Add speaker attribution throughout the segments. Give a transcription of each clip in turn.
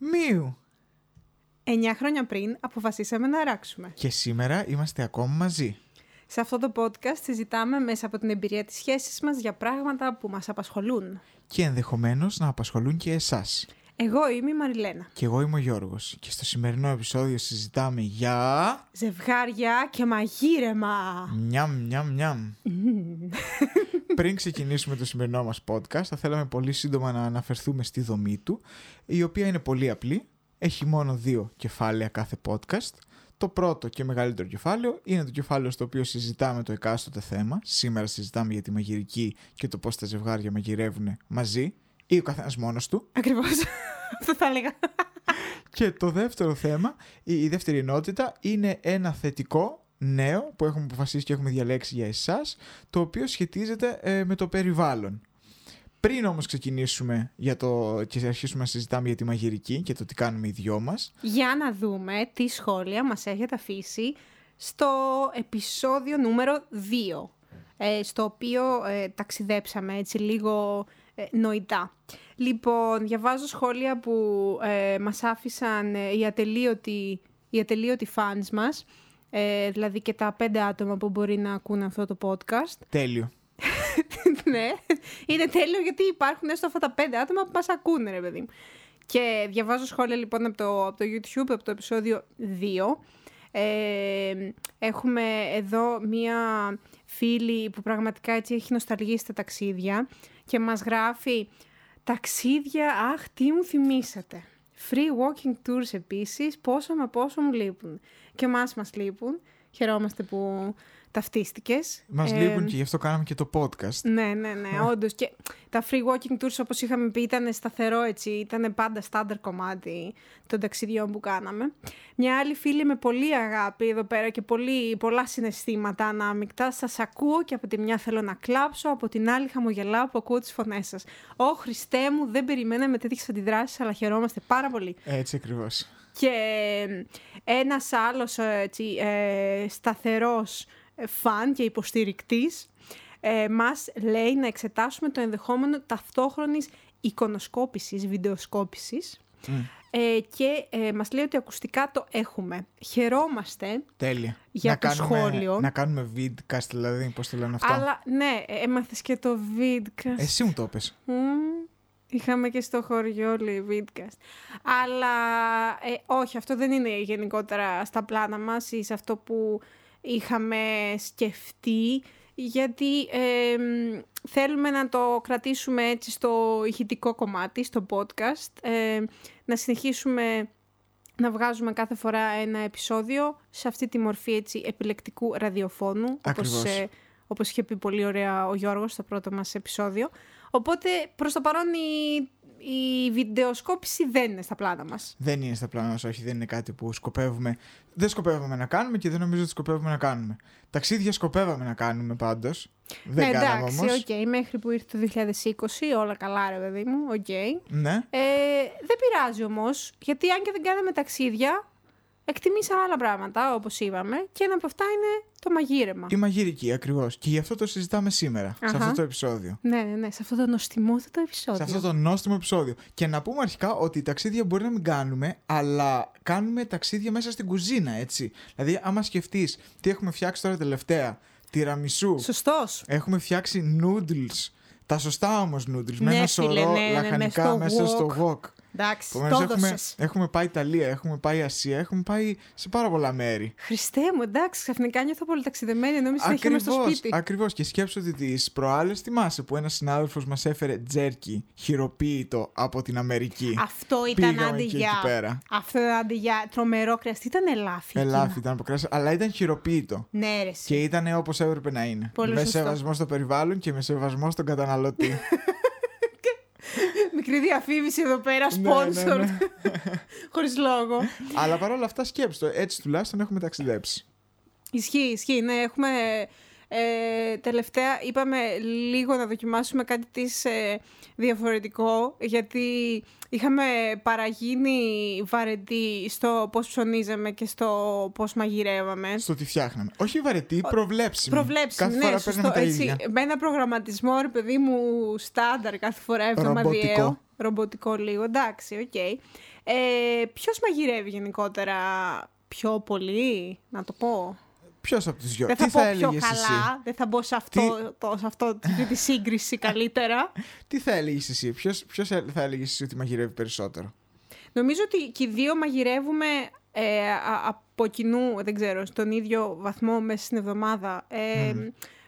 Speaker 1: Μαΐου.
Speaker 2: 9 χρόνια πριν αποφασίσαμε να ράξουμε.
Speaker 1: Και σήμερα είμαστε ακόμα μαζί.
Speaker 2: Σε αυτό το podcast συζητάμε μέσα από την εμπειρία της σχέσης μας για πράγματα που μας απασχολούν.
Speaker 1: Και ενδεχομένως να απασχολούν και εσάς.
Speaker 2: Εγώ είμαι η Μαριλένα.
Speaker 1: Και εγώ είμαι ο Γιώργος. Και στο σημερινό επεισόδιο συζητάμε για...
Speaker 2: Ζευγάρια και μαγείρεμα.
Speaker 1: Μιαμ, μιαμ, μιαμ. Πριν ξεκινήσουμε το σημερινό μας podcast, θα θέλαμε πολύ σύντομα να αναφερθούμε στη δομή του, η οποία είναι πολύ απλή. Έχει μόνο δύο κεφάλαια κάθε podcast. Το πρώτο και μεγαλύτερο κεφάλαιο είναι το κεφάλαιο στο οποίο συζητάμε το εκάστοτε θέμα. Σήμερα συζητάμε για τη μαγειρική και το πώς τα ζευγάρια μαγειρεύουν μαζί ή ο καθένας μόνος του.
Speaker 2: Ακριβώς. Αυτό θα έλεγα.
Speaker 1: Και το δεύτερο θέμα, η, η δεύτερη ενότητα, είναι ένα θετικό νέο που έχουμε αποφασίσει και έχουμε διαλέξει για εσάς, το οποίο σχετίζεται ε, με το περιβάλλον. Πριν όμως ξεκινήσουμε για το... και αρχίσουμε να συζητάμε για τη μαγειρική και το τι κάνουμε οι δυο μας,
Speaker 2: Για να δούμε τι σχόλια μας έχετε αφήσει στο επεισόδιο νούμερο 2, ε, στο οποίο ε, ταξιδέψαμε έτσι λίγο ε, νοητά. Λοιπόν, διαβάζω σχόλια που ε, μας άφησαν ε, οι ατελείωτοι, οι ατελείωτοι fans μας, ε, δηλαδή και τα πέντε άτομα που μπορεί να ακούνε αυτό το podcast.
Speaker 1: τέλειο.
Speaker 2: ναι, είναι τέλειο γιατί υπάρχουν έστω αυτά τα πέντε άτομα που μας ακούνε, ρε παιδί μου. Και διαβάζω σχόλια λοιπόν από το, από το YouTube, από το επεισόδιο 2. Ε, έχουμε εδώ μία φίλη που πραγματικά έτσι έχει νοσταλγίσει τα ταξίδια και μας γράφει «Ταξίδια, αχ, τι μου θυμήσατε». Free walking tours επίσης, πόσο μα πόσο μου λείπουν. Και μας μας λείπουν. Χαιρόμαστε που ταυτίστηκες.
Speaker 1: Μας
Speaker 2: Ε,
Speaker 1: λείπουν και γι' αυτό κάναμε και το podcast.
Speaker 2: ναι, ναι, ναι, όντως. Και τα free walking tours, όπως είχαμε πει, ήταν σταθερό έτσι. Ήταν πάντα στάνταρ κομμάτι των ταξιδιών που κάναμε. Μια άλλη φίλη με πολύ αγάπη εδώ πέρα και πολύ, πολλά συναισθήματα ανάμεικτα. Σας ακούω και από τη μια θέλω να κλάψω, από την άλλη χαμογελάω που ακούω τις φωνές σας. Ω Χριστέ μου, δεν περιμέναμε τέτοιες αντιδράσεις, αλλά χαιρόμαστε πάρα πολύ.
Speaker 1: Έτσι ακριβώς.
Speaker 2: Και ένας άλλος ε, έτσι, ε, σταθερός ε, φαν και υποστηρικτής ε, μας λέει να εξετάσουμε το ενδεχόμενο ταυτόχρονης εικονοσκόπησης, βιντεοσκόπησης
Speaker 1: Μμ,
Speaker 2: ε, και ε, μας λέει ότι ακουστικά το έχουμε. Χαιρόμαστε,
Speaker 1: Τέλεια.
Speaker 2: Για το σχόλιο.
Speaker 1: Να κάνουμε vidcast, δηλαδή, πώς το λένε αυτό.
Speaker 2: αλλά ναι, ε, έμαθες και το βίντεο.
Speaker 1: Εσύ μου το είπες.
Speaker 2: Μμμ. Είχαμε και στο χωριό λέει βίντκαστ. Αλλά ε, όχι, αυτό δεν είναι γενικότερα στα πλάνα μας ή σε αυτό που είχαμε σκεφτεί. Γιατί ε, μ, θέλουμε να το κρατήσουμε έτσι στο ηχητικό κομμάτι, στο podcast. ε, να συνεχίσουμε να βγάζουμε κάθε φορά ένα επεισόδιο σε αυτή τη μορφή έτσι, επιλεκτικού ραδιοφώνου.
Speaker 1: Ακριβώς.
Speaker 2: Όπως, ε, όπως είχε πει πολύ ωραία ο Γιώργος στο πρώτο μας επεισόδιο. Οπότε προς το παρόν η, η βιντεοσκόπηση δεν είναι στα πλάνα μας.
Speaker 1: Δεν είναι στα πλάνα μας, όχι, δεν είναι κάτι που σκοπεύουμε. Δεν σκοπεύαμε να κάνουμε και δεν νομίζω ότι σκοπεύουμε να κάνουμε. Ταξίδια σκοπεύαμε να κάνουμε πάντως. Δεν
Speaker 2: ναι,
Speaker 1: κάναμε
Speaker 2: εντάξει,
Speaker 1: όμως.
Speaker 2: οκ, μέχρι που ήρθε το 2020, όλα καλά ρε παιδί μου, οκ.
Speaker 1: Ναι.
Speaker 2: Ε, δεν πειράζει όμως, γιατί αν και δεν κάναμε ταξίδια, εκτιμήσαμε άλλα πράγματα, όπως είπαμε, και ένα από αυτά είναι το μαγείρεμα.
Speaker 1: Η μαγειρική, ακριβώς. Και γι' αυτό το συζητάμε σήμερα, σε
Speaker 2: Αχα.
Speaker 1: αυτό το επεισόδιο.
Speaker 2: Ναι, ναι, ναι, σε αυτό το νοστιμότατο επεισόδιο.
Speaker 1: Σε αυτό το νόστιμο επεισόδιο. Και να πούμε αρχικά ότι ταξίδια μπορεί να μην κάνουμε, αλλά κάνουμε ταξίδια μέσα στην κουζίνα, έτσι. Δηλαδή, άμα σκεφτείς τι έχουμε φτιάξει τώρα τελευταία, τυραμισού,
Speaker 2: Σωστός.
Speaker 1: Έχουμε φτιάξει noodles. Τα σωστά όμως noodles. με
Speaker 2: Ναι,
Speaker 1: ένα
Speaker 2: φίλε,
Speaker 1: σωρό
Speaker 2: ναι, ναι,
Speaker 1: λαχανικά
Speaker 2: μες στο
Speaker 1: μέσα στο wok.
Speaker 2: Εντάξει,
Speaker 1: Επομένως,
Speaker 2: το
Speaker 1: έχουμε,
Speaker 2: έδωσες.
Speaker 1: έχουμε πάει Ιταλία, έχουμε πάει Ασία, έχουμε πάει σε πάρα πολλά μέρη.
Speaker 2: Χριστέ μου, εντάξει, ξαφνικά νιώθω πολύ ταξιδεμένη, νόμιζα ότι είμαι στο σπίτι.
Speaker 1: ακριβώς. Και σκέψω ότι τις προάλλες θυμάσαι που ένας συνάδελφος μας έφερε τζέρκι χειροποίητο από την Αμερική.
Speaker 2: Αυτό ήταν
Speaker 1: Πήγαμε
Speaker 2: άντι
Speaker 1: και
Speaker 2: για.
Speaker 1: εκεί πέρα.
Speaker 2: Αυτό ήταν άντι για τρομερό κρεαστή. Ήταν ελάφι.
Speaker 1: Ελάφι
Speaker 2: εκείνο.
Speaker 1: ήταν από κρέας, αλλά ήταν χειροποίητο.
Speaker 2: Ναι, ρε. εσύ.
Speaker 1: Και ήταν όπως έπρεπε να είναι.
Speaker 2: Πολύ
Speaker 1: με
Speaker 2: σωστό.
Speaker 1: σεβασμό στο περιβάλλον και με σεβασμό στον καταναλωτή.
Speaker 2: Μικρή διαφήμιση εδώ πέρα,
Speaker 1: Ναι, ναι,
Speaker 2: sponsor.
Speaker 1: ναι.
Speaker 2: Χωρίς λόγο.
Speaker 1: Αλλά παρόλα αυτά σκέψτε το, έτσι τουλάχιστον έχουμε ταξιδέψει.
Speaker 2: Ισχύει, ισχύει. Ναι, έχουμε. Ε, τελευταία είπαμε λίγο να δοκιμάσουμε κάτι της ε, διαφορετικό γιατί είχαμε παραγίνει βαρετή στο πώς ψωνίζαμε και στο πώς μαγειρεύαμε.
Speaker 1: Στο τι φτιάχναμε. Όχι βαρετή, προβλέψιμη.
Speaker 2: Προβλέψει,
Speaker 1: Κάθε
Speaker 2: ναι,
Speaker 1: φορά
Speaker 2: σωστό,
Speaker 1: παίρναμε τα
Speaker 2: έτσι,
Speaker 1: ίδια.
Speaker 2: Με ένα προγραμματισμό, ρε παιδί μου, στάνταρ κάθε φορά
Speaker 1: Ρομποτικό.
Speaker 2: εβδομαδιαίο. ρομποτικό λίγο. Εντάξει, οκ. Ε, Ποιος μαγειρεύει γενικότερα πιο πολύ, να το πω.
Speaker 1: Ποιος από του δυο,
Speaker 2: Δεν
Speaker 1: τι
Speaker 2: θα
Speaker 1: θα
Speaker 2: πω πιο
Speaker 1: έλεγες εσύ.
Speaker 2: καλά, δεν θα μπω σε αυτό, το, σε αυτό τη- τη σύγκριση καλύτερα.
Speaker 1: Τι θα έλεγες εσύ, ποιος θα έλεγες εσύ ότι μαγειρεύει περισσότερο.
Speaker 2: Νομίζω ότι και οι δύο μαγειρεύουμε ε, α- από κοινού, δεν ξέρω, στον ίδιο βαθμό μέσα στην εβδομάδα. Ε,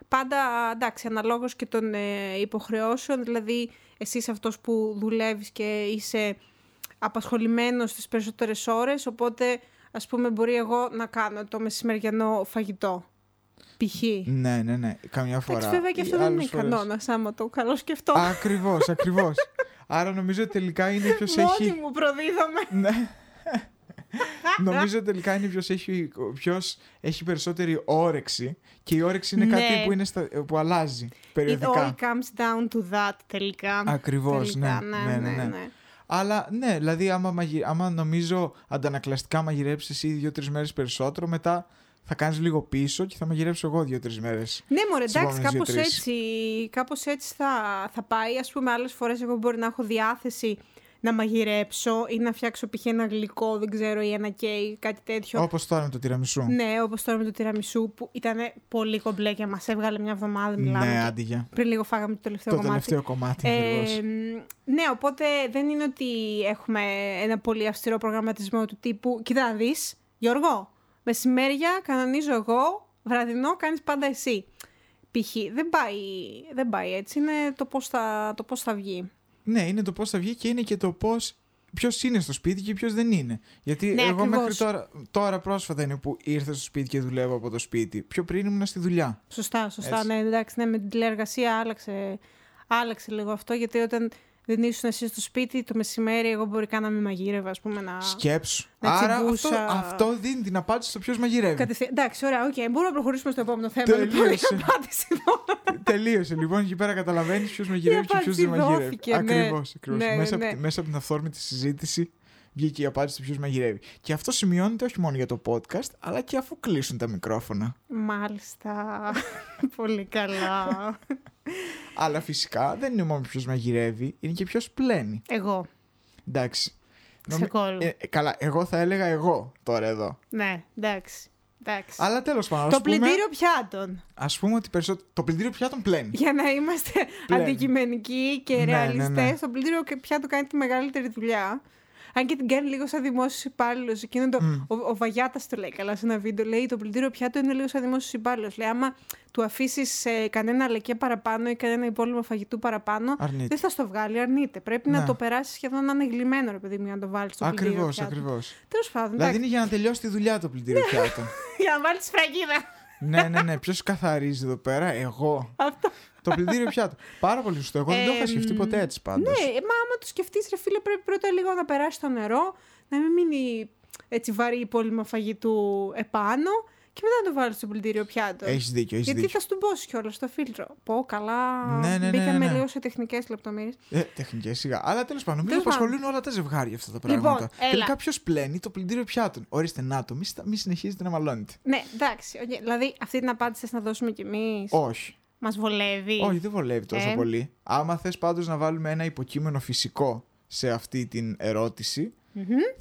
Speaker 2: Πάντα, εντάξει, αναλόγως και των ε, υποχρεώσεων, δηλαδή εσύ είσαι αυτός που δουλεύεις και είσαι απασχολημένος τις περισσότερες ώρες, οπότε ας πούμε μπορεί εγώ να κάνω το μεσημεριανό φαγητό, π.χ.
Speaker 1: Ναι, ναι, ναι. Καμιά φορά.
Speaker 2: Εντάξει, βέβαια και αυτό δεν είναι κανόνας, άμα το καλό σκεφτώ.
Speaker 1: Ακριβώς, ακριβώς. Άρα νομίζω ότι τελικά είναι ποιο
Speaker 2: Μόνη
Speaker 1: έχει.
Speaker 2: μου προδίδομαι.
Speaker 1: Ναι. νομίζω τελικά είναι ποιο έχει, ποιος έχει περισσότερη όρεξη και η όρεξη είναι κάτι
Speaker 2: Ναι.
Speaker 1: που, είναι στα- που αλλάζει
Speaker 2: It all
Speaker 1: περιοδικά.
Speaker 2: comes down to that τελικά.
Speaker 1: Ακριβώς,
Speaker 2: Τελικά,
Speaker 1: ναι, ναι, ναι, ναι. Αλλά ναι, δηλαδή άμα, μαγει... άμα νομίζω αντανακλαστικά μαγειρέψεις εσύ δύο-τρει μέρες περισσότερο, μετά θα κάνεις λίγο πίσω και θα μαγειρέψω εγώ δύο-τρει μέρες.
Speaker 2: Ναι, μωρέ, εντάξει,
Speaker 1: επόμενες
Speaker 2: κάπως
Speaker 1: δύο-τρεις.
Speaker 2: έτσι, κάπως έτσι θα, θα πάει. Ας πούμε, άλλες φορές εγώ μπορεί να έχω διάθεση να μαγειρέψω ή να φτιάξω π.χ. ένα γλυκό, δεν ξέρω, ή ένα κέικ, κάτι τέτοιο.
Speaker 1: Όπως τώρα με το τυραμισού.
Speaker 2: Ναι, όπως τώρα με το τυραμισού που ήταν πολύ κομπλέ και μας έβγαλε μια εβδομάδα, μιλάμε.
Speaker 1: ναι
Speaker 2: και
Speaker 1: άντι για.
Speaker 2: Πριν λίγο φάγαμε το τελευταίο
Speaker 1: Το
Speaker 2: κομμάτι.
Speaker 1: τελευταίο κομμάτι. ακριβώς.
Speaker 2: Ε, ναι, οπότε δεν είναι ότι έχουμε ένα πολύ αυστηρό προγραμματισμό του τύπου. Κοίτα να δεις, Γιώργο, μεσημέρια κανονίζω εγώ, βραδινό κάνεις πάντα εσύ. Π.χ. Δεν πάει, δεν πάει έτσι, είναι το πώς θα, το πώς θα βγει.
Speaker 1: Ναι, είναι το πώς θα βγει και είναι και το πώς. Ποιος είναι στο σπίτι και ποιος δεν είναι. Γιατί
Speaker 2: Ναι,
Speaker 1: εγώ
Speaker 2: ακριβώς.
Speaker 1: μέχρι τώρα, τώρα πρόσφατα είναι που ήρθα στο σπίτι και δουλεύω από το σπίτι. Πιο πριν ήμουν στη δουλειά.
Speaker 2: Σωστά, σωστά.
Speaker 1: Έτσι.
Speaker 2: Ναι, εντάξει, ναι, με την τηλεεργασία άλλαξε, άλλαξε λίγο αυτό, γιατί όταν δεν ήσουν εσύ στο σπίτι, το μεσημέρι εγώ μπορεί καν να μην μαγείρευα, ας πούμε, να...
Speaker 1: Σκέψου.
Speaker 2: να
Speaker 1: Άρα αυτό,
Speaker 2: τσιμπούσα.
Speaker 1: αυτό δίνει την απάντηση στο ποιος μαγειρεύει.
Speaker 2: Κατευθείαν. Εντάξει, ωραία, οκ. μπορούμε να προχωρήσουμε στο επόμενο θέμα. Λοιπόν, η
Speaker 1: Τελείωσε.
Speaker 2: απάντηση εδώ.
Speaker 1: Τελείωσε λοιπόν. Εκεί πέρα καταλαβαίνεις ποιος μαγειρεύει και ποιος
Speaker 2: απάντηση
Speaker 1: δεν μαγειρεύει.
Speaker 2: δόθηκε, ναι.
Speaker 1: Ακριβώς.
Speaker 2: Ναι,
Speaker 1: μέσα,
Speaker 2: ναι.
Speaker 1: από τη- μέσα από την αυθόρμητη συζήτηση βγήκε η απάντηση του ποιος μαγειρεύει. Και αυτό σημειώνεται όχι μόνο για το podcast, αλλά και αφού κλείσουν τα μικρόφωνα.
Speaker 2: Μάλιστα. Πολύ καλά.
Speaker 1: Αλλά φυσικά δεν είναι μόνο ποιο μαγειρεύει, είναι και ποιος πλένει.
Speaker 2: Εγώ.
Speaker 1: Εντάξει.
Speaker 2: Σε κόλλο.
Speaker 1: Ε, ε, καλά, εγώ θα έλεγα εγώ τώρα εδώ.
Speaker 2: Ναι, εντάξει. εντάξει.
Speaker 1: Αλλά τέλος πάντων.
Speaker 2: το
Speaker 1: ας πούμε,
Speaker 2: πλυντήριο πιάτων.
Speaker 1: ας πούμε ότι περισσότερο. Το πλυντήριο πιάτων πλένει.
Speaker 2: Για να είμαστε
Speaker 1: Πλέον.
Speaker 2: αντικειμενικοί και
Speaker 1: Ναι, ναι,
Speaker 2: ρεαλιστέ,
Speaker 1: ναι.
Speaker 2: το πλυντήριο και πιάτο κάνει τη μεγαλύτερη δουλειά. Αν και την κάνει λίγο σαν δημόσιος υπάλληλος. Εκείνο το.
Speaker 1: Μμμ.
Speaker 2: Ο, ο Βαγιάτας το λέει καλά σε ένα βίντεο. Λέει το πλυντήριο πιάτο είναι λίγο σαν δημόσιος υπάλληλος. Λέει άμα του αφήσεις κανένα λεκέ παραπάνω ή κανένα υπόλοιπο φαγητού παραπάνω,
Speaker 1: Αρνείται.
Speaker 2: δεν θα στο βγάλει, αρνείται. Πρέπει
Speaker 1: Ναι.
Speaker 2: να το περάσεις σχεδόν να είναι γλυμμένο, ρε παιδί μου, για να το βάλεις στο πλυντήριο.
Speaker 1: Ακριβώς,
Speaker 2: πιάτο.
Speaker 1: ακριβώς.
Speaker 2: Τέλος πάντων,
Speaker 1: Δηλαδή
Speaker 2: εντάξει,
Speaker 1: είναι για να τελειώσει τη δουλειά το πλυντήριο πιάτων.
Speaker 2: για να βάλεις τη σφραγίδα.
Speaker 1: ναι, ναι, ναι. Ποιος καθαρίζει εδώ πέρα, εγώ.
Speaker 2: Αυτό.
Speaker 1: το πλυντήριο πιάτων. Πάρα πολύ σωστό. Εγώ δεν το είχα
Speaker 2: Εμ,
Speaker 1: σκεφτεί ποτέ έτσι πάντως.
Speaker 2: Ναι, ε, μα άμα το σκεφτείς, ρε φίλε, πρέπει πρώτα λίγο να περάσει το νερό, να μην μείνει έτσι βαρύ υπόλοιμα φαγητού επάνω και μετά να το βάλεις στο πλυντήριο πιάτο.
Speaker 1: Έχεις δίκιο, έχεις
Speaker 2: Γιατί
Speaker 1: δίκιο.
Speaker 2: θα στουμπώσει κιόλα στο φίλτρο. Πω, καλά.
Speaker 1: Ναι, ναι, ναι,
Speaker 2: Μπήκαμε
Speaker 1: ναι, ναι.
Speaker 2: λίγο σε τεχνικές λεπτομέρειες.
Speaker 1: Ε, τεχνικές σιγά. Αλλά τέλος πάντων, μην
Speaker 2: Τέλος
Speaker 1: απασχολούν όλα τα ζευγάρια αυτά τα
Speaker 2: Λοιπόν,
Speaker 1: πράγματα.
Speaker 2: έλα.
Speaker 1: Τελικά ποιος πλένει το πλυντήριο πιάτων. Ορίστε, να το, μη, στα- μη συνεχίζετε να μαλώνετε.
Speaker 2: Ναι, εντάξει. οκ. Δηλαδή, αυτή την απάντηση θες να δώσουμε κι εμείς.
Speaker 1: Όχι.
Speaker 2: Μας βολεύει.
Speaker 1: Όχι, δεν βολεύει τόσο
Speaker 2: Ε.
Speaker 1: πολύ. Άμα θες πάντως να βάλουμε ένα υποκείμενο φυσικό σε αυτή την ερώτηση,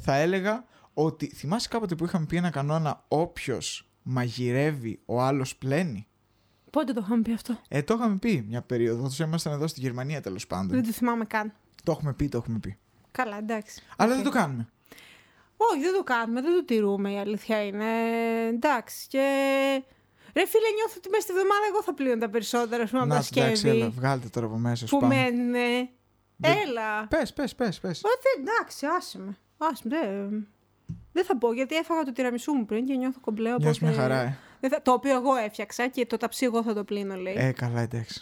Speaker 1: θα έλεγα ότι θυμάσαι κάποτε που είχαμε πει ένα κανόνα όποιος μαγειρεύει, ο άλλος πλένει.
Speaker 2: Πότε το είχαμε πει αυτό.
Speaker 1: Ε, το είχαμε πει μια περίοδο. Όσο ήμασταν εδώ στη Γερμανία τέλος πάντων.
Speaker 2: Δεν το θυμάμαι καν.
Speaker 1: Το έχουμε πει, το έχουμε πει.
Speaker 2: Καλά, εντάξει.
Speaker 1: Αλλά
Speaker 2: Οκ.
Speaker 1: δεν το κάνουμε.
Speaker 2: Όχι, δεν το κάνουμε, δεν το τηρούμε η αλήθεια είναι. Εντάξει και... Ρε φίλε, νιώθω ότι μέσα στη βδομάδα εγώ θα πλύνω τα περισσότερα, ας πούμε, από τα
Speaker 1: εντάξει, έλα,
Speaker 2: σκεύη
Speaker 1: βγάλτε τώρα από μέσα σου.
Speaker 2: που
Speaker 1: πάμε.
Speaker 2: μένουν.
Speaker 1: Δεν-
Speaker 2: Έλα.
Speaker 1: Πες, πες, πες, πες.
Speaker 2: Ω, δεν- εντάξει, άσε με. Άσε με, δεν... Δεν θα πω, γιατί έφαγα το τυραμισού μου πριν και νιώθω κομπλέ, οπότε...
Speaker 1: Νιώθεις μια χαρά, ε.
Speaker 2: δεν θα- Το οποίο εγώ έφτιαξα και το ταψί εγώ θα το πλύνω, λέει.
Speaker 1: Ε, καλά, εντάξει.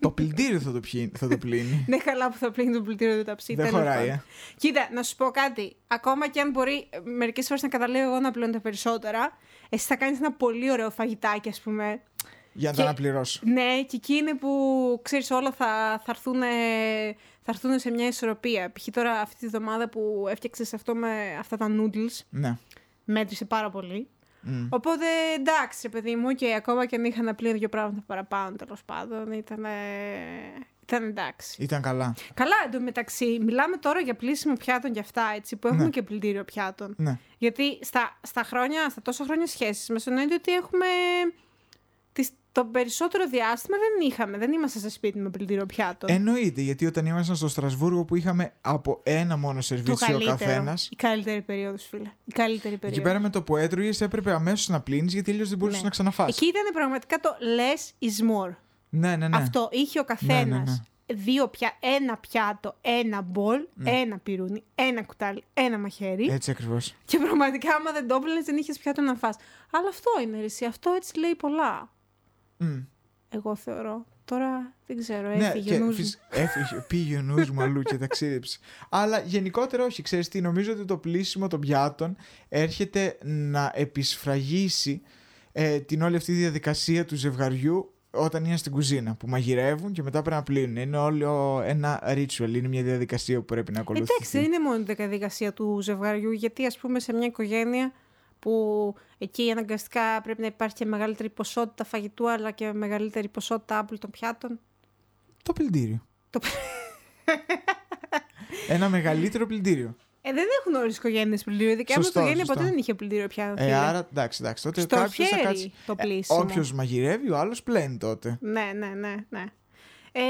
Speaker 1: το πλυντήριο θα το, πιει- θα το πλύνει.
Speaker 2: Ναι, καλά που θα πλύνει το πλυντήριο του ταψί.
Speaker 1: Δεν
Speaker 2: τέλος
Speaker 1: χωράει,
Speaker 2: πάντων.
Speaker 1: ε.
Speaker 2: Κοίτα, να σου πω κάτι. Ακόμα και αν μπορεί μερικές φορές να καταλήγω εγώ να πλώνω τα περισσότερα, εσύ θα κάνεις ένα πολύ ωραίο φαγητάκι, ας πούμε.
Speaker 1: Για να
Speaker 2: Και-
Speaker 1: τα αναπληρώσω.
Speaker 2: Ναι, και εκεί είναι που ξέρεις, όλα θα, θα, έρθουν, θα έρθουν σε μια ισορροπία. Π.χ. τώρα αυτή τη εβδομάδα που έφτιαξες αυτό με αυτά τα noodles,
Speaker 1: Ναι.
Speaker 2: μέτρησε πάρα πολύ.
Speaker 1: Μμ.
Speaker 2: Οπότε εντάξει, ρε παιδί μου, και ακόμα και αν είχα να πλύνω δύο πράγματα παραπάνω, τέλος πάντων, ήταν. Ήταν εντάξει.
Speaker 1: Ήταν καλά.
Speaker 2: Καλά, εντωμεταξύ, μιλάμε τώρα για πλήσιμο πιάτων και αυτά, έτσι, που έχουμε και πλυντήριο πιάτων.
Speaker 1: Ναι.
Speaker 2: Γιατί στα, στα, χρόνια, στα τόσα χρόνια σχέσεις μας εννοείται ότι έχουμε... Τις, το περισσότερο διάστημα δεν είχαμε, δεν ήμασταν σε σπίτι με πλυντήριο πιάτων.
Speaker 1: Εννοείται, γιατί όταν ήμασταν στο Στρασβούργο που είχαμε από ένα μόνο
Speaker 2: το
Speaker 1: σερβίτσιο ο
Speaker 2: καλύτερο.
Speaker 1: καθένας.
Speaker 2: Η καλύτερη περίοδος, φίλε. Η καλύτερη περίοδος.
Speaker 1: Εκεί πέρα με το που έτρωγες έπρεπε αμέσως να πλύνεις γιατί αλλιώς δεν μπορούσες
Speaker 2: Ναι.
Speaker 1: να ξαναφάσει.
Speaker 2: Εκεί ήταν πραγματικά το less is more.
Speaker 1: Ναι, ναι, ναι.
Speaker 2: Αυτό είχε ο καθένα. Δύο πια, ένα πιάτο, ένα μπολ,
Speaker 1: Ναι.
Speaker 2: ένα πυρούνι, ένα κουτάλι, ένα μαχαίρι.
Speaker 1: Έτσι ακριβώς.
Speaker 2: Και πραγματικά, άμα δεν το έπλαινες, δεν είχες πιάτο να φας. Αλλά αυτό είναι ρησί. Αυτό έτσι λέει πολλά. Εγώ θεωρώ. Τώρα δεν ξέρω.
Speaker 1: Ναι,
Speaker 2: Έφυγε ο νους μου.
Speaker 1: έφυγε, πήγε ο νους μου αλλού και ταξίδεψε. Αλλά γενικότερα όχι, ξέρεις τι, νομίζω ότι το πλήσιμο των πιάτων έρχεται να επισφραγίσει ε, την όλη αυτή διαδικασία του ζευγαριού όταν είναι στην κουζίνα, που μαγειρεύουν και μετά πρέπει να πλύνουν. Είναι όλο ένα ritual, είναι μια διαδικασία που πρέπει να ακολουθηθεί.
Speaker 2: Εντάξει, δεν είναι μόνο η διαδικασία του ζευγαριού, γιατί ας πούμε σε μια οικογένεια που εκεί αναγκαστικά πρέπει να υπάρχει και μεγαλύτερη ποσότητα φαγητού, αλλά και μεγαλύτερη ποσότητα άπλητων πιάτων.
Speaker 1: Το πλυντήριο.
Speaker 2: Το-
Speaker 1: ένα μεγαλύτερο πλυντήrio.
Speaker 2: Ε, δεν έχουν όλες οι οικογένειες πλυντήριο. Η δικιά μου
Speaker 1: Σωστό,
Speaker 2: οικογένεια
Speaker 1: σωστό.
Speaker 2: ποτέ δεν είχε πλυντήριο πια.
Speaker 1: Ε,
Speaker 2: φίλε.
Speaker 1: άρα εντάξει, εντάξει. Τότε
Speaker 2: Στο
Speaker 1: κάποιος θα
Speaker 2: χέρι
Speaker 1: κάτσει.
Speaker 2: το πλήσιμο.
Speaker 1: Όποιος μαγειρεύει, ο άλλος πλένει τότε.
Speaker 2: Ναι, ναι, ναι, ναι. Ε,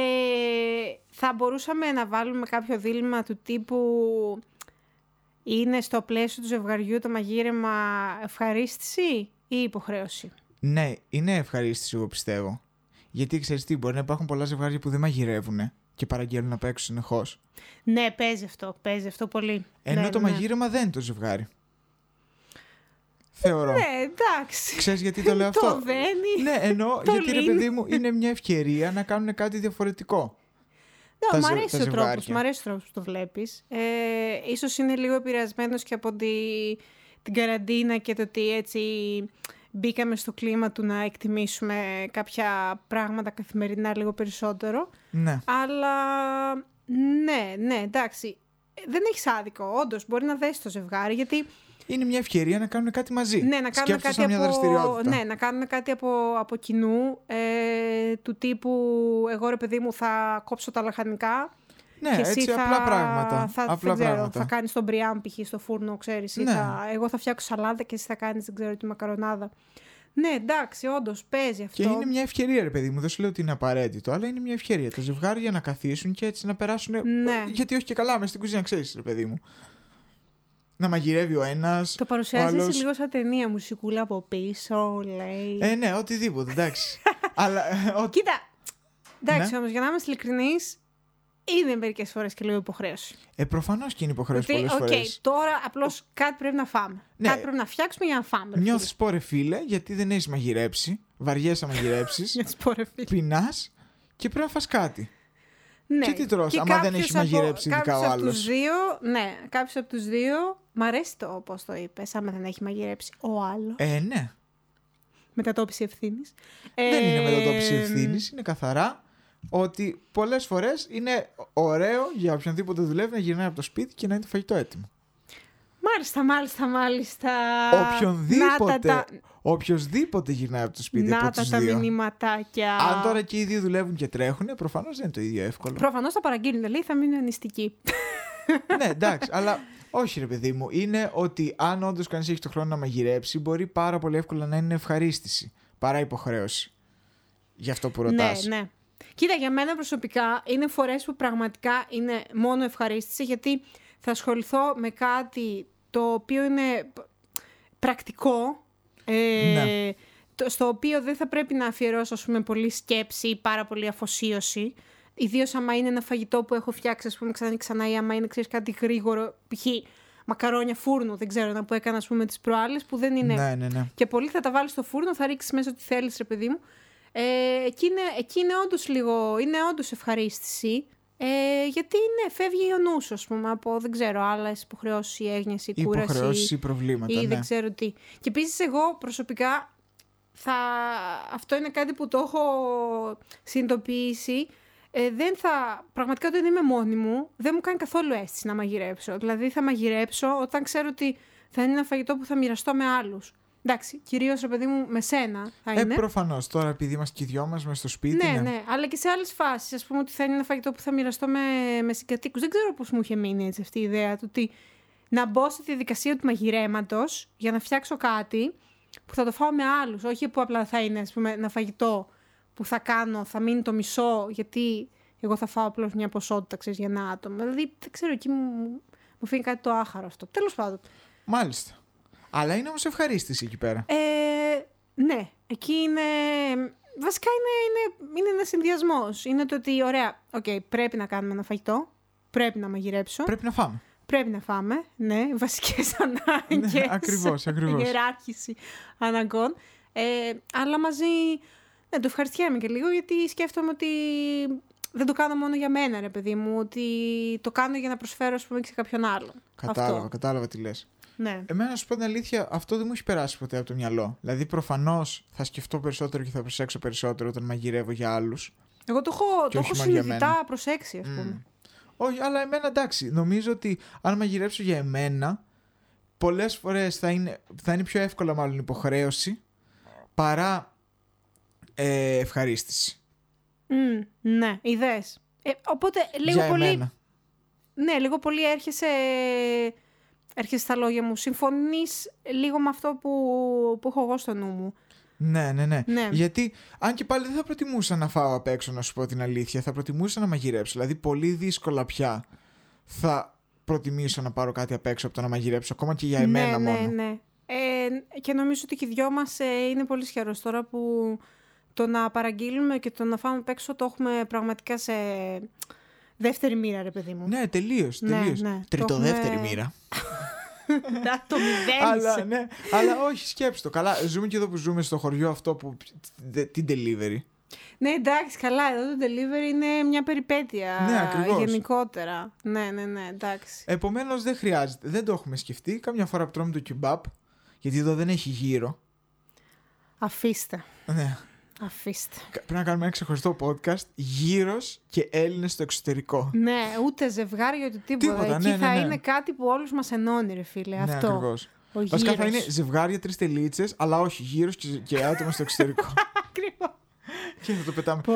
Speaker 2: θα μπορούσαμε να βάλουμε κάποιο δίλημα του τύπου είναι στο πλαίσιο του ζευγαριού το μαγείρεμα ευχαρίστηση ή υποχρέωση.
Speaker 1: Ναι, είναι ευχαρίστηση, εγώ πιστεύω. Γιατί ξέρεις τι, μπορεί να υπάρχουν πολλά ζευγάρια που δεν μαγειρεύουν και παραγγέλνουν απ' έξω συνεχώς.
Speaker 2: Ναι, παίζει αυτό, παίζει αυτό πολύ.
Speaker 1: Ενώ
Speaker 2: ναι,
Speaker 1: το
Speaker 2: ναι.
Speaker 1: μαγείρεμα δεν είναι το ζευγάρι. Θεωρώ.
Speaker 2: Ναι, εντάξει.
Speaker 1: Ξέρεις γιατί το λέω αυτό.
Speaker 2: Το βαίνει.
Speaker 1: Ναι, ενώ
Speaker 2: Το
Speaker 1: γιατί ρε
Speaker 2: lean.
Speaker 1: παιδί μου είναι μια ευκαιρία να κάνουν κάτι διαφορετικό. τα
Speaker 2: Ναι, μου
Speaker 1: ζε-
Speaker 2: αρέσει
Speaker 1: τα
Speaker 2: ο τρόπος
Speaker 1: ζευγάρια.
Speaker 2: μ' αρέσει ο τρόπος που το βλέπεις. Ε, ίσως είναι λίγο επηρεασμένος και από τη, την καραντίνα και το ότι έτσι μπήκαμε στο κλίμα του να εκτιμήσουμε κάποια πράγματα καθημερινά λίγο περισσότερο.
Speaker 1: Ναι.
Speaker 2: Αλλά ναι, ναι, εντάξει. Ε, Δεν έχεις άδικο. Όντως, μπορεί να δέσει το ζευγάρι, γιατί
Speaker 1: Είναι μια ευκαιρία να κάνουν κάτι μαζί.
Speaker 2: ναι, να κάνουν
Speaker 1: Σκέφτονται
Speaker 2: κάτι
Speaker 1: σαν μια
Speaker 2: από,
Speaker 1: δραστηριότητα.
Speaker 2: ναι, να κάνουν κάτι από, από κοινού ε, του τύπου εγώ ρε παιδί μου θα κόψω τα λαχανικά
Speaker 1: Ναι,
Speaker 2: και εσύ
Speaker 1: έτσι
Speaker 2: θα,
Speaker 1: απλά πράγματα.
Speaker 2: Θα,
Speaker 1: απλά
Speaker 2: δεν ξέρω,
Speaker 1: πράγματα.
Speaker 2: θα κάνεις τον μπριάν π.χ. στο φούρνο, ξέρεις. ή
Speaker 1: Ναι.
Speaker 2: θα- εγώ θα φτιάξω σαλάτα και εσύ θα κάνεις, δεν ξέρω, τη μακαρονάδα. Ναι, εντάξει, όντως παίζει αυτό.
Speaker 1: Και είναι μια ευκαιρία, ρε παιδί μου. Δεν σου λέω ότι είναι απαραίτητο, αλλά είναι μια ευκαιρία. Τα ζευγάρια να καθίσουν και έτσι να περάσουν.
Speaker 2: Ναι.
Speaker 1: Γιατί όχι και καλά, μες στην κουζίνα, ξέρεις, ρε παιδί μου. Να μαγειρεύει ο ένας.
Speaker 2: Το παρουσιάζει λίγο σαν ταινία μουσικούλα από πίσω, λέει.
Speaker 1: Ε, ναι, οτιδήποτε, εντάξει. αλλά. ε, ό,τι-
Speaker 2: Κοίτα, εντάξει
Speaker 1: Ναι.
Speaker 2: όμως, για να είμαστε ειλικρινείς, είναι μερικές φορές και λίγο υποχρέωση.
Speaker 1: Ε, προφανώς και είναι υποχρέωση
Speaker 2: Ότι,
Speaker 1: πολλές
Speaker 2: οκ,
Speaker 1: φορές.
Speaker 2: τώρα απλώς κάτι πρέπει να φάμε.
Speaker 1: Ναι.
Speaker 2: Κάτι πρέπει να φτιάξουμε για να φάμε. ρε
Speaker 1: Νιώθει πόρε, φίλε, γιατί δεν έχεις μαγειρέψει. Βαριέσαι να μαγειρέψεις.
Speaker 2: φίλε. Νιώθεις πόρε, φίλε.
Speaker 1: πεινάς και πρέπει να φας κάτι.
Speaker 2: Ναι.
Speaker 1: Και τι τρως, άμα δεν
Speaker 2: κάποιος
Speaker 1: έχει
Speaker 2: από-
Speaker 1: μαγειρέψει ειδικά
Speaker 2: κάποιος
Speaker 1: ο
Speaker 2: από τους
Speaker 1: άλλος.
Speaker 2: δύο, ναι, κάποιος από τους δύο. Μ' αρέσει το πώς το είπες, άμα δεν έχει μαγειρέψει ο άλλος.
Speaker 1: Ε, ναι.
Speaker 2: Μετατόπιση ευθύνης.
Speaker 1: Δεν είναι μετατόπιση ευθύνης, είναι καθαρά ότι πολλές φορές είναι ωραίο για οποιονδήποτε δουλεύει να γυρνάει από το σπίτι και να είναι το φαγητό έτοιμο.
Speaker 2: Μάλιστα, μάλιστα, μάλιστα. Να τα,
Speaker 1: Οποιονδήποτε,
Speaker 2: τα,
Speaker 1: οποιοδήποτε γυρνάει από το σπίτι
Speaker 2: να
Speaker 1: από
Speaker 2: τα,
Speaker 1: τους
Speaker 2: τα
Speaker 1: δύο.
Speaker 2: μηνυματάκια.
Speaker 1: Αν τώρα και οι δύο δουλεύουν και τρέχουν, προφανώς δεν είναι το ίδιο εύκολο.
Speaker 2: Προφανώς θα παραγγείλουν, λέει, θα μείνουν νηστικοί.
Speaker 1: ναι, εντάξει, αλλά όχι ρε παιδί μου. Είναι ότι αν όντως κανείς έχει το χρόνο να μαγειρέψει, μπορεί πάρα πολύ εύκολα να είναι ευχαρίστηση παρά υποχρέωση. Γι' αυτό που ρωτάς.
Speaker 2: Ναι, ναι. Κοίτα, για μένα προσωπικά είναι φορές που πραγματικά είναι μόνο ευχαρίστηση γιατί θα ασχοληθώ με κάτι το οποίο είναι π- πρακτικό, ε,
Speaker 1: Ναι.
Speaker 2: το, στο οποίο δεν θα πρέπει να αφιερώσω ας πούμε, πολύ σκέψη ή πάρα πολύ αφοσίωση. Ιδίως άμα είναι ένα φαγητό που έχω φτιάξει, ας πούμε, ξανά και ξανά, ή άμα είναι ξέρεις, κάτι γρήγορο, π.χ. μακαρόνια φούρνου, δεν ξέρω, ένα που έκανα ας πούμε, τις προάλλες, που δεν είναι
Speaker 1: ναι, ναι. ναι.
Speaker 2: και πολύ θα τα βάλεις στο φούρνο, θα ρίξεις μέσα ό,τι θέλεις, ρε παιδί μου. Ε, εκεί είναι, εκεί είναι όντως λίγο. Είναι όντως ευχαρίστηση. Ε, γιατί ναι, φεύγει ο νους, ας πούμε, από δεν ξέρω, άλλες υποχρεώσεις, έγνοιες ή
Speaker 1: Οι υποχρεώσεις ή
Speaker 2: κούραση.
Speaker 1: προβλήματα.
Speaker 2: Ή
Speaker 1: ναι.
Speaker 2: δεν ξέρω τι. Και επίσης, εγώ προσωπικά θα... αυτό είναι κάτι που το έχω συνειδητοποιήσει. Ε, δεν θα, πραγματικά όταν είμαι μόνη μου, δεν μου κάνει καθόλου αίσθηση να μαγειρέψω. Δηλαδή, θα μαγειρέψω όταν ξέρω ότι θα είναι ένα φαγητό που θα μοιραστώ με άλλους. Εντάξει, κυρίως ρε παιδί μου με σένα θα
Speaker 1: Ε,
Speaker 2: είναι.
Speaker 1: προφανώς. Τώρα επειδή είμαστε και οι δυο μας στο σπίτι.
Speaker 2: ναι, ναι, αλλά και σε άλλες φάσεις. Ας πούμε ότι θα είναι ένα φαγητό που θα μοιραστώ με, με συγκατοίκους. Δεν ξέρω πώς μου είχε μείνει έτσι αυτή η ιδέα του ότι να μπω στη διαδικασία του μαγειρέματος για να φτιάξω κάτι που θα το φάω με άλλους. Όχι που απλά θα είναι ας πούμε, ένα φαγητό που θα κάνω, θα μείνει το μισό, γιατί εγώ θα φάω απλώς μια ποσότητα ξέρεις, για ένα άτομο. Δηλαδή δεν ξέρω, εκεί μου, μου φύγει κάτι το άχαρο αυτό. Τέλος πάντων.
Speaker 1: Μάλιστα. Αλλά είναι όμως ευχαρίστηση εκεί πέρα.
Speaker 2: Ε, ναι, εκεί είναι. Βασικά είναι, είναι, είναι ένας συνδυασμός. Είναι το ότι, ωραία, okay, πρέπει να κάνουμε ένα φαγητό. Πρέπει να μαγειρέψω. Πρέπει,
Speaker 1: Πρέπει να φάμε.
Speaker 2: να φάμε. Ναι, βασικές ανάγκε.
Speaker 1: Ναι, ακριβώς, ακριβώς.
Speaker 2: Ιεράρχηση αναγκών. Ε, αλλά μαζί. Ναι, το ευχαριστιέμαι και λίγο γιατί σκέφτομαι ότι δεν το κάνω μόνο για μένα, ρε παιδί μου. Ότι το κάνω για να προσφέρω, ας πούμε, και σε κάποιον άλλον.
Speaker 1: Κατάλαβα, Ε,
Speaker 2: Αυτό.
Speaker 1: κατάλαβα τι λες.
Speaker 2: Ναι.
Speaker 1: Εμένα, να σου πω την αλήθεια, αυτό δεν μου έχει περάσει ποτέ από το μυαλό. Δηλαδή, προφανώς θα σκεφτώ περισσότερο και θα προσέξω περισσότερο όταν μαγειρεύω για άλλους.
Speaker 2: Εγώ το έχω,
Speaker 1: Και
Speaker 2: το
Speaker 1: όχι
Speaker 2: έχω
Speaker 1: μόνο για
Speaker 2: συνειδητά
Speaker 1: μένα.
Speaker 2: προσέξει, ας πούμε.
Speaker 1: Όχι, αλλά εμένα εντάξει. Νομίζω ότι αν μαγειρέψω για εμένα, πολλές φορές θα είναι, θα είναι πιο εύκολα μάλλον υποχρέωση παρά ε, ευχαρίστηση.
Speaker 2: Μμ, ναι, ιδέες. Ε, οπότε λίγο
Speaker 1: για
Speaker 2: πολύ.
Speaker 1: εμένα.
Speaker 2: Ναι, λίγο πολύ έρχεσαι. Έρχεσαι στα λόγια μου. Συμφωνείς λίγο με αυτό που, που έχω εγώ στο νου μου.
Speaker 1: Ναι, ναι, ναι,
Speaker 2: Ναι.
Speaker 1: Γιατί αν και πάλι δεν θα προτιμούσα να φάω απ' έξω, να σου πω την αλήθεια. Θα προτιμούσα να μαγειρέψω. Δηλαδή, πολύ δύσκολα πια θα προτιμήσω να πάρω κάτι απ' έξω από το να μαγειρέψω, ακόμα και για εμένα
Speaker 2: ναι,
Speaker 1: μόνο.
Speaker 2: ναι, ναι. Ε, και νομίζω ότι και οι δυο μας είναι πολύ σχερός τώρα που το να παραγγείλουμε και το να φάμε απ' έξω το έχουμε πραγματικά σε δεύτερη μοίρα, ρε παιδί μου.
Speaker 1: Ναι, τελείως.
Speaker 2: Ναι,
Speaker 1: τελείως.
Speaker 2: ναι, το
Speaker 1: Τριτοδεύτερη
Speaker 2: έχουμε-
Speaker 1: μοίρα.
Speaker 2: Να το μηδένισε.
Speaker 1: Ναι. αλλά, ναι, αλλά όχι, σκέψτε το. Καλά, ζούμε και εδώ που ζούμε στο χωριό αυτό που. δε- Την delivery.
Speaker 2: Ναι, εντάξει, καλά. Εδώ το delivery είναι μια περιπέτεια.
Speaker 1: Ναι, ακριβώς.
Speaker 2: Γενικότερα. Ναι, ναι, ναι, εντάξει.
Speaker 1: Επομένως, δεν χρειάζεται. Δεν το έχουμε σκεφτεί. Καμιά φορά που τρώμε το κιμπάπ, γιατί εδώ δεν έχει γύρο.
Speaker 2: Αφήστε.
Speaker 1: Ναι.
Speaker 2: Αφήστε.
Speaker 1: Κα- Πρέπει να κάνουμε ένα ξεχωριστό podcast γύρος και Έλληνες στο εξωτερικό.
Speaker 2: Ναι, ούτε ζευγάρι, ούτε τίποτα.
Speaker 1: Τίποτα,
Speaker 2: Εκεί
Speaker 1: ναι, ναι,
Speaker 2: θα
Speaker 1: ναι.
Speaker 2: είναι κάτι που όλους μας ενώνει, ρε φίλε.
Speaker 1: ναι,
Speaker 2: αυτό.
Speaker 1: ακριβώς.
Speaker 2: Ο
Speaker 1: Βασικά θα
Speaker 2: γύρος.
Speaker 1: είναι ζευγάρια τρεις τελίτσες, αλλά όχι γύρω και, και άτομα στο εξωτερικό.
Speaker 2: Ακριβώς.
Speaker 1: και θα το πετάμε.
Speaker 2: Πω,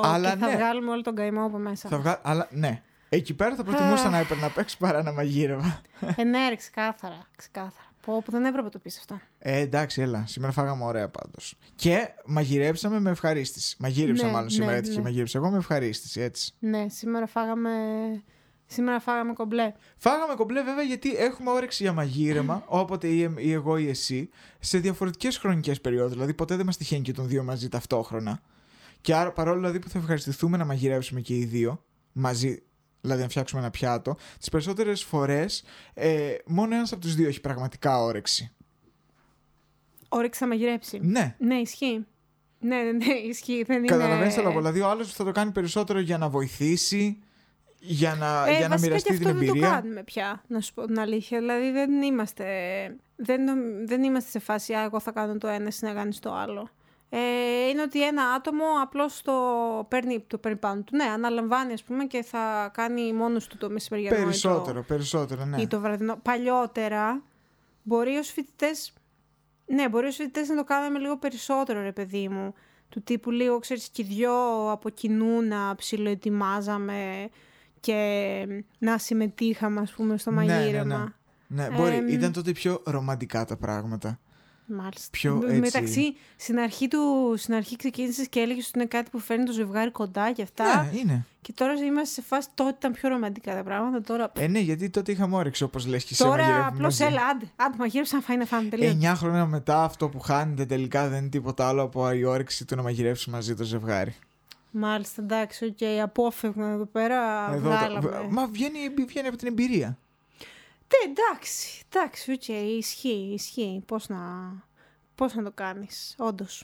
Speaker 1: Αλλά
Speaker 2: και θα
Speaker 1: ναι.
Speaker 2: βγάλουμε όλο τον καημό από μέσα.
Speaker 1: θα βγα... Αλλά ναι. Εκεί πέρα θα προτιμούσα να έπαιρνα απ' έξω παρά να μαγείρευα.
Speaker 2: Ε, ναι, ρε, ξεκάθαρα. ξεκάθαρα. Πω, που δεν έπρεπε να το πεις αυτό.
Speaker 1: Ε, εντάξει, έλα. Σήμερα φάγαμε ωραία πάντως. Και μαγειρέψαμε με ευχαρίστηση. Μαγείρεψα
Speaker 2: Ναι,
Speaker 1: μάλλον
Speaker 2: ναι,
Speaker 1: σήμερα, έτυχε
Speaker 2: ναι.
Speaker 1: μαγείρεψα εγώ με ευχαρίστηση, έτσι.
Speaker 2: Ναι, σήμερα φάγαμε... Σήμερα φάγαμε κομπλέ.
Speaker 1: Φάγαμε κομπλέ βέβαια γιατί έχουμε όρεξη για μαγείρεμα, όποτε ή, εμ- ή εγώ ή εσύ, σε διαφορετικές χρονικές περιόδους. Δηλαδή ποτέ δεν μας τυχαίνει και των δύο μαζί ταυτόχρονα. Και άρα παρόλο δηλαδή που θα ευχαριστηθούμε να μαγειρεύσουμε και οι δύο μαζί, δηλαδή να φτιάξουμε ένα πιάτο, τις περισσότερες φορές ε, μόνο ένας από τους δύο έχει πραγματικά όρεξη.
Speaker 2: Όρεξα μαγειρέψει.
Speaker 1: Ναι.
Speaker 2: Ναι, ισχύει. Ναι, ναι, ναι, ισχύει. Δεν είναι...
Speaker 1: Καταλαβαίνεις τα λόγο. Δηλαδή ο άλλος θα το κάνει περισσότερο για να βοηθήσει, για να,
Speaker 2: Ε,
Speaker 1: για να
Speaker 2: βασικά και
Speaker 1: μοιραστεί την
Speaker 2: αυτό δεν το
Speaker 1: εμπειρία.
Speaker 2: κάνουμε πια, να σου πω την αλήθεια. Δηλαδή δεν είμαστε, δεν, νομ- δεν είμαστε σε φάση «Α, εγώ θα κάνω το ένα, εσύ να κάνεις το άλλο». Ε, είναι ότι ένα άτομο απλώς το παίρνει, το παίρνει πάνω του. Ναι, αναλαμβάνει ας πούμε και θα κάνει μόνος του το μεσημεριανό ή το-
Speaker 1: Περισσότερο, περισσότερο, ναι.
Speaker 2: ή το βραδινό. Παλιότερα μπορεί ως φοιτητές. Ναι, μπορεί ως φοιτητές να το κάναμε λίγο περισσότερο, ρε παιδί μου. Του τύπου λίγο, ξέρεις, και οι δυο από κοινού να ψηλοετοιμάζαμε και να συμμετείχαμε, ας πούμε, στο
Speaker 1: Ναι, ναι,
Speaker 2: μαγείρεμα.
Speaker 1: Ναι, μπορεί.
Speaker 2: Εμ,
Speaker 1: Ήταν τότε πιο ρομαντικά τα πράγματα.
Speaker 2: Μάλιστα.
Speaker 1: Πιο
Speaker 2: Μ-
Speaker 1: έτσι.
Speaker 2: Μεταξύ, στην αρχή, του, στην αρχή ξεκίνησες και έλεγες ότι είναι κάτι που φέρνει το ζευγάρι κοντά και αυτά.
Speaker 1: Ναι, είναι.
Speaker 2: Και τώρα είμαστε σε φάση τότε ήταν πιο ρομαντικά τα πράγματα. Τώρα,
Speaker 1: Ε, ναι, γιατί τότε είχαμε όρεξη, όπως λες και σε
Speaker 2: τώρα απλώ έλα, άντε, άντε μαγείρεψα να φάει να φάμε. τελείωσε.
Speaker 1: Εννιά χρόνια μετά αυτό που χάνεται τελικά δεν είναι τίποτα άλλο από η όρεξη του να μαγειρεύσει μαζί το ζευγάρι.
Speaker 2: Μάλιστα, εντάξει, οκ, απόφευγμα εδώ πέρα.
Speaker 1: Εδώ το-
Speaker 2: βγάλαμε.
Speaker 1: Μα βγαίνει, βγαίνει από την εμπειρία.
Speaker 2: Ναι, εντάξει, εντάξει, οκ, ισχύει, ισχύει. Πώς να, πώς να το κάνεις, όντως.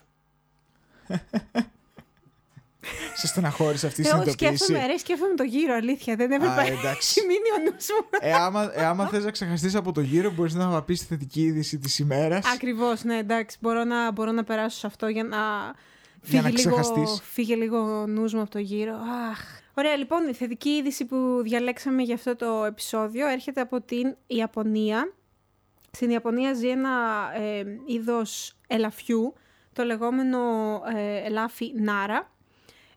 Speaker 1: Σε στεναχώρησε αυτή η
Speaker 2: Ε, όχι,
Speaker 1: συνειδητοποίηση.
Speaker 2: σκέφτομαι, ρε, σκέφτομαι το γύρο, αλήθεια, δεν
Speaker 1: Α,
Speaker 2: έπρεπε.
Speaker 1: εντάξει.
Speaker 2: Έχει μείνει ο νους μου.
Speaker 1: Ε, άμα, ε, άμα θες να ξεχαστείς από το γύρο, μπορείς να μα πεις τη θετική είδηση της ημέρας.
Speaker 2: Ακριβώς, ναι, εντάξει, μπορώ να, μπορώ να περάσω σε αυτό για να...
Speaker 1: Για να
Speaker 2: λίγο,
Speaker 1: ξεχαστείς.
Speaker 2: φύγε λίγο ο νους μου από το γύρο. Αχ. Ωραία, λοιπόν, η θετική είδηση που διαλέξαμε για αυτό το επεισόδιο έρχεται από την Ιαπωνία. στην Ιαπωνία ζει ένα ε, είδος ελαφιού, το λεγόμενο ε, ελάφι Νάρα.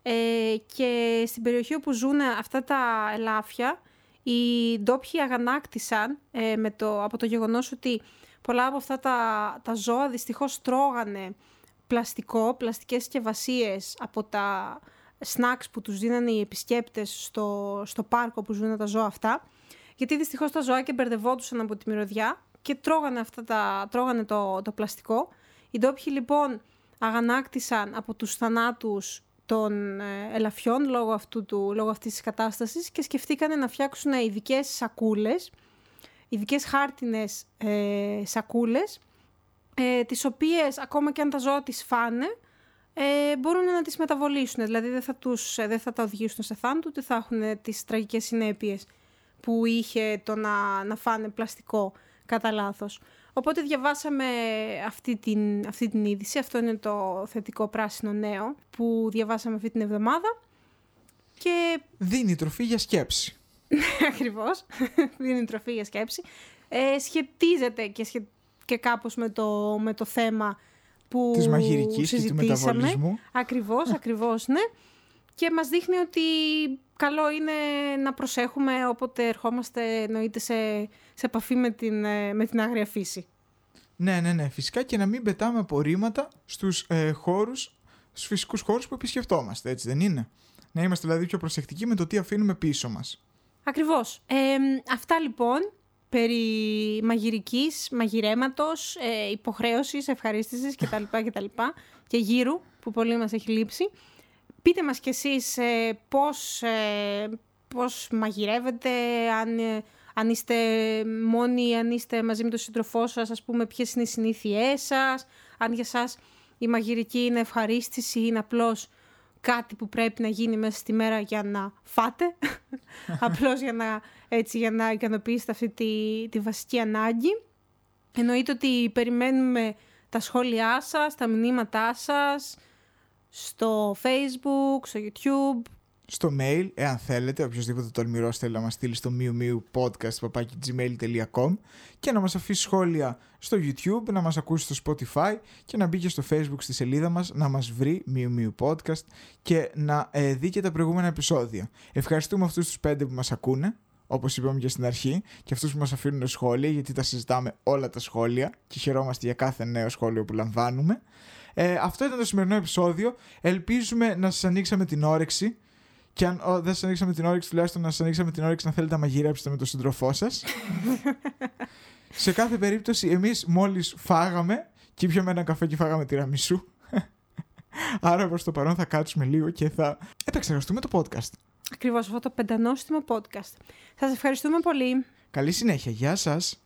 Speaker 2: Ε, και στην περιοχή όπου ζουν αυτά τα ελάφια, οι ντόπιοι αγανάκτησαν ε, με το, από το γεγονός ότι πολλά από αυτά τα, τα ζώα δυστυχώς τρώγανε πλαστικό, πλαστικές συσκευασίε από τα σνακς που τους δίνανε οι επισκέπτες στο, στο πάρκο που ζουν τα ζώα αυτά. Γιατί δυστυχώς τα ζωάκια μπερδευόντουσαν από τη μυρωδιά και τρώγανε, αυτά τα, τρώγανε το, το πλαστικό. Οι ντόπιοι λοιπόν αγανάκτησαν από τους θανάτους των ε, ελαφιών λόγω, αυτού του, λόγω αυτής της κατάστασης και σκεφτήκανε να φτιάξουν ειδικές σακούλες, ειδικές χάρτινες ε, σακούλες, ε, τις οποίες ακόμα και αν τα ζώα τις φάνε, ε, μπορούν να τις μεταβολήσουν. Δηλαδή δεν θα, τους, δεν θα τα οδηγήσουν σε θάνατο, ούτε θα έχουν τις τραγικές συνέπειες που είχε το να, να φάνε πλαστικό κατά λάθος. Οπότε διαβάσαμε αυτή την, αυτή την είδηση, αυτό είναι το θετικό πράσινο νέο που διαβάσαμε αυτή την εβδομάδα και
Speaker 1: Δίνει τροφή για σκέψη.
Speaker 2: ακριβώς δίνει τροφή για σκέψη. Ε, σχετίζεται και, σχε, και κάπως με το, με το θέμα που
Speaker 1: Της μαγειρικής και του
Speaker 2: συζητήσαμε.
Speaker 1: μεταβολισμού.
Speaker 2: Ακριβώς, ακριβώς, ναι. Και μας δείχνει ότι καλό είναι να προσέχουμε όποτε ερχόμαστε εννοείται σε, σε επαφή με την, ε, με την άγρια φύση.
Speaker 1: Ναι, ναι, ναι. Φυσικά και να μην πετάμε απορρίμματα στους ε, χώρους, στους φυσικούς χώρους που επισκεφτόμαστε, έτσι δεν είναι. Να είμαστε δηλαδή πιο προσεκτικοί με το τι αφήνουμε πίσω μας.
Speaker 2: Ακριβώς. Ε, αυτά λοιπόν περί μαγειρικής, μαγειρέματος, ε, υποχρέωσης, ευχαρίστησης κτλ. κτλ και γύρου που πολύ μας έχει λείψει. Πείτε μας κι εσείς ε, πώς, ε, πώς μαγειρεύετε, αν, ε, αν είστε μόνοι, αν είστε μαζί με τον σύντροφό σας, ας πούμε ποιες είναι οι συνήθειές σας, αν για σας η μαγειρική είναι ευχαρίστηση ή είναι απλώς κάτι που πρέπει να γίνει μέσα στη μέρα για να φάτε, απλώς για να, έτσι, για να ικανοποιήσετε αυτή τη, τη βασική ανάγκη. Εννοείται ότι περιμένουμε τα σχόλιά σας, τα μηνύματά σας, στο facebook, στο youtube.
Speaker 1: Στο mail, εάν θέλετε, οποιοδήποτε τολμηρό θέλει να μας στείλει στο μίου μίου podcast.gmail.com και να μας αφήσει σχόλια στο YouTube, να μας ακούσει στο Spotify και να μπει και στο Facebook στη σελίδα μας να μας βρει μίου μίου podcast και να ε, δει και τα προηγούμενα επεισόδια. Ευχαριστούμε αυτούς τους πέντε που μας ακούνε, όπως είπαμε και στην αρχή, και αυτούς που μας αφήνουν σχόλια, γιατί τα συζητάμε όλα τα σχόλια και χαιρόμαστε για κάθε νέο σχόλιο που λαμβάνουμε. Ε, αυτό ήταν το σημερινό επεισόδιο. Ελπίζουμε να σας ανοίξαμε την όρεξη. Και αν ο, δεν σα ανοίξαμε την όρεξη, τουλάχιστον να σα ανοίξαμε την όρεξη να θέλετε να μαγειρέψετε με τον σύντροφό σας. Σε κάθε περίπτωση, εμείς μόλις φάγαμε και πιάμε ένα καφέ και φάγαμε τυραμισού. Άρα προς το παρόν θα κάτσουμε λίγο και θα επεξεργαστούμε το podcast.
Speaker 2: Ακριβώς αυτό το πεντανόστιμο podcast. Σας ευχαριστούμε πολύ.
Speaker 1: Καλή συνέχεια. Γεια σας.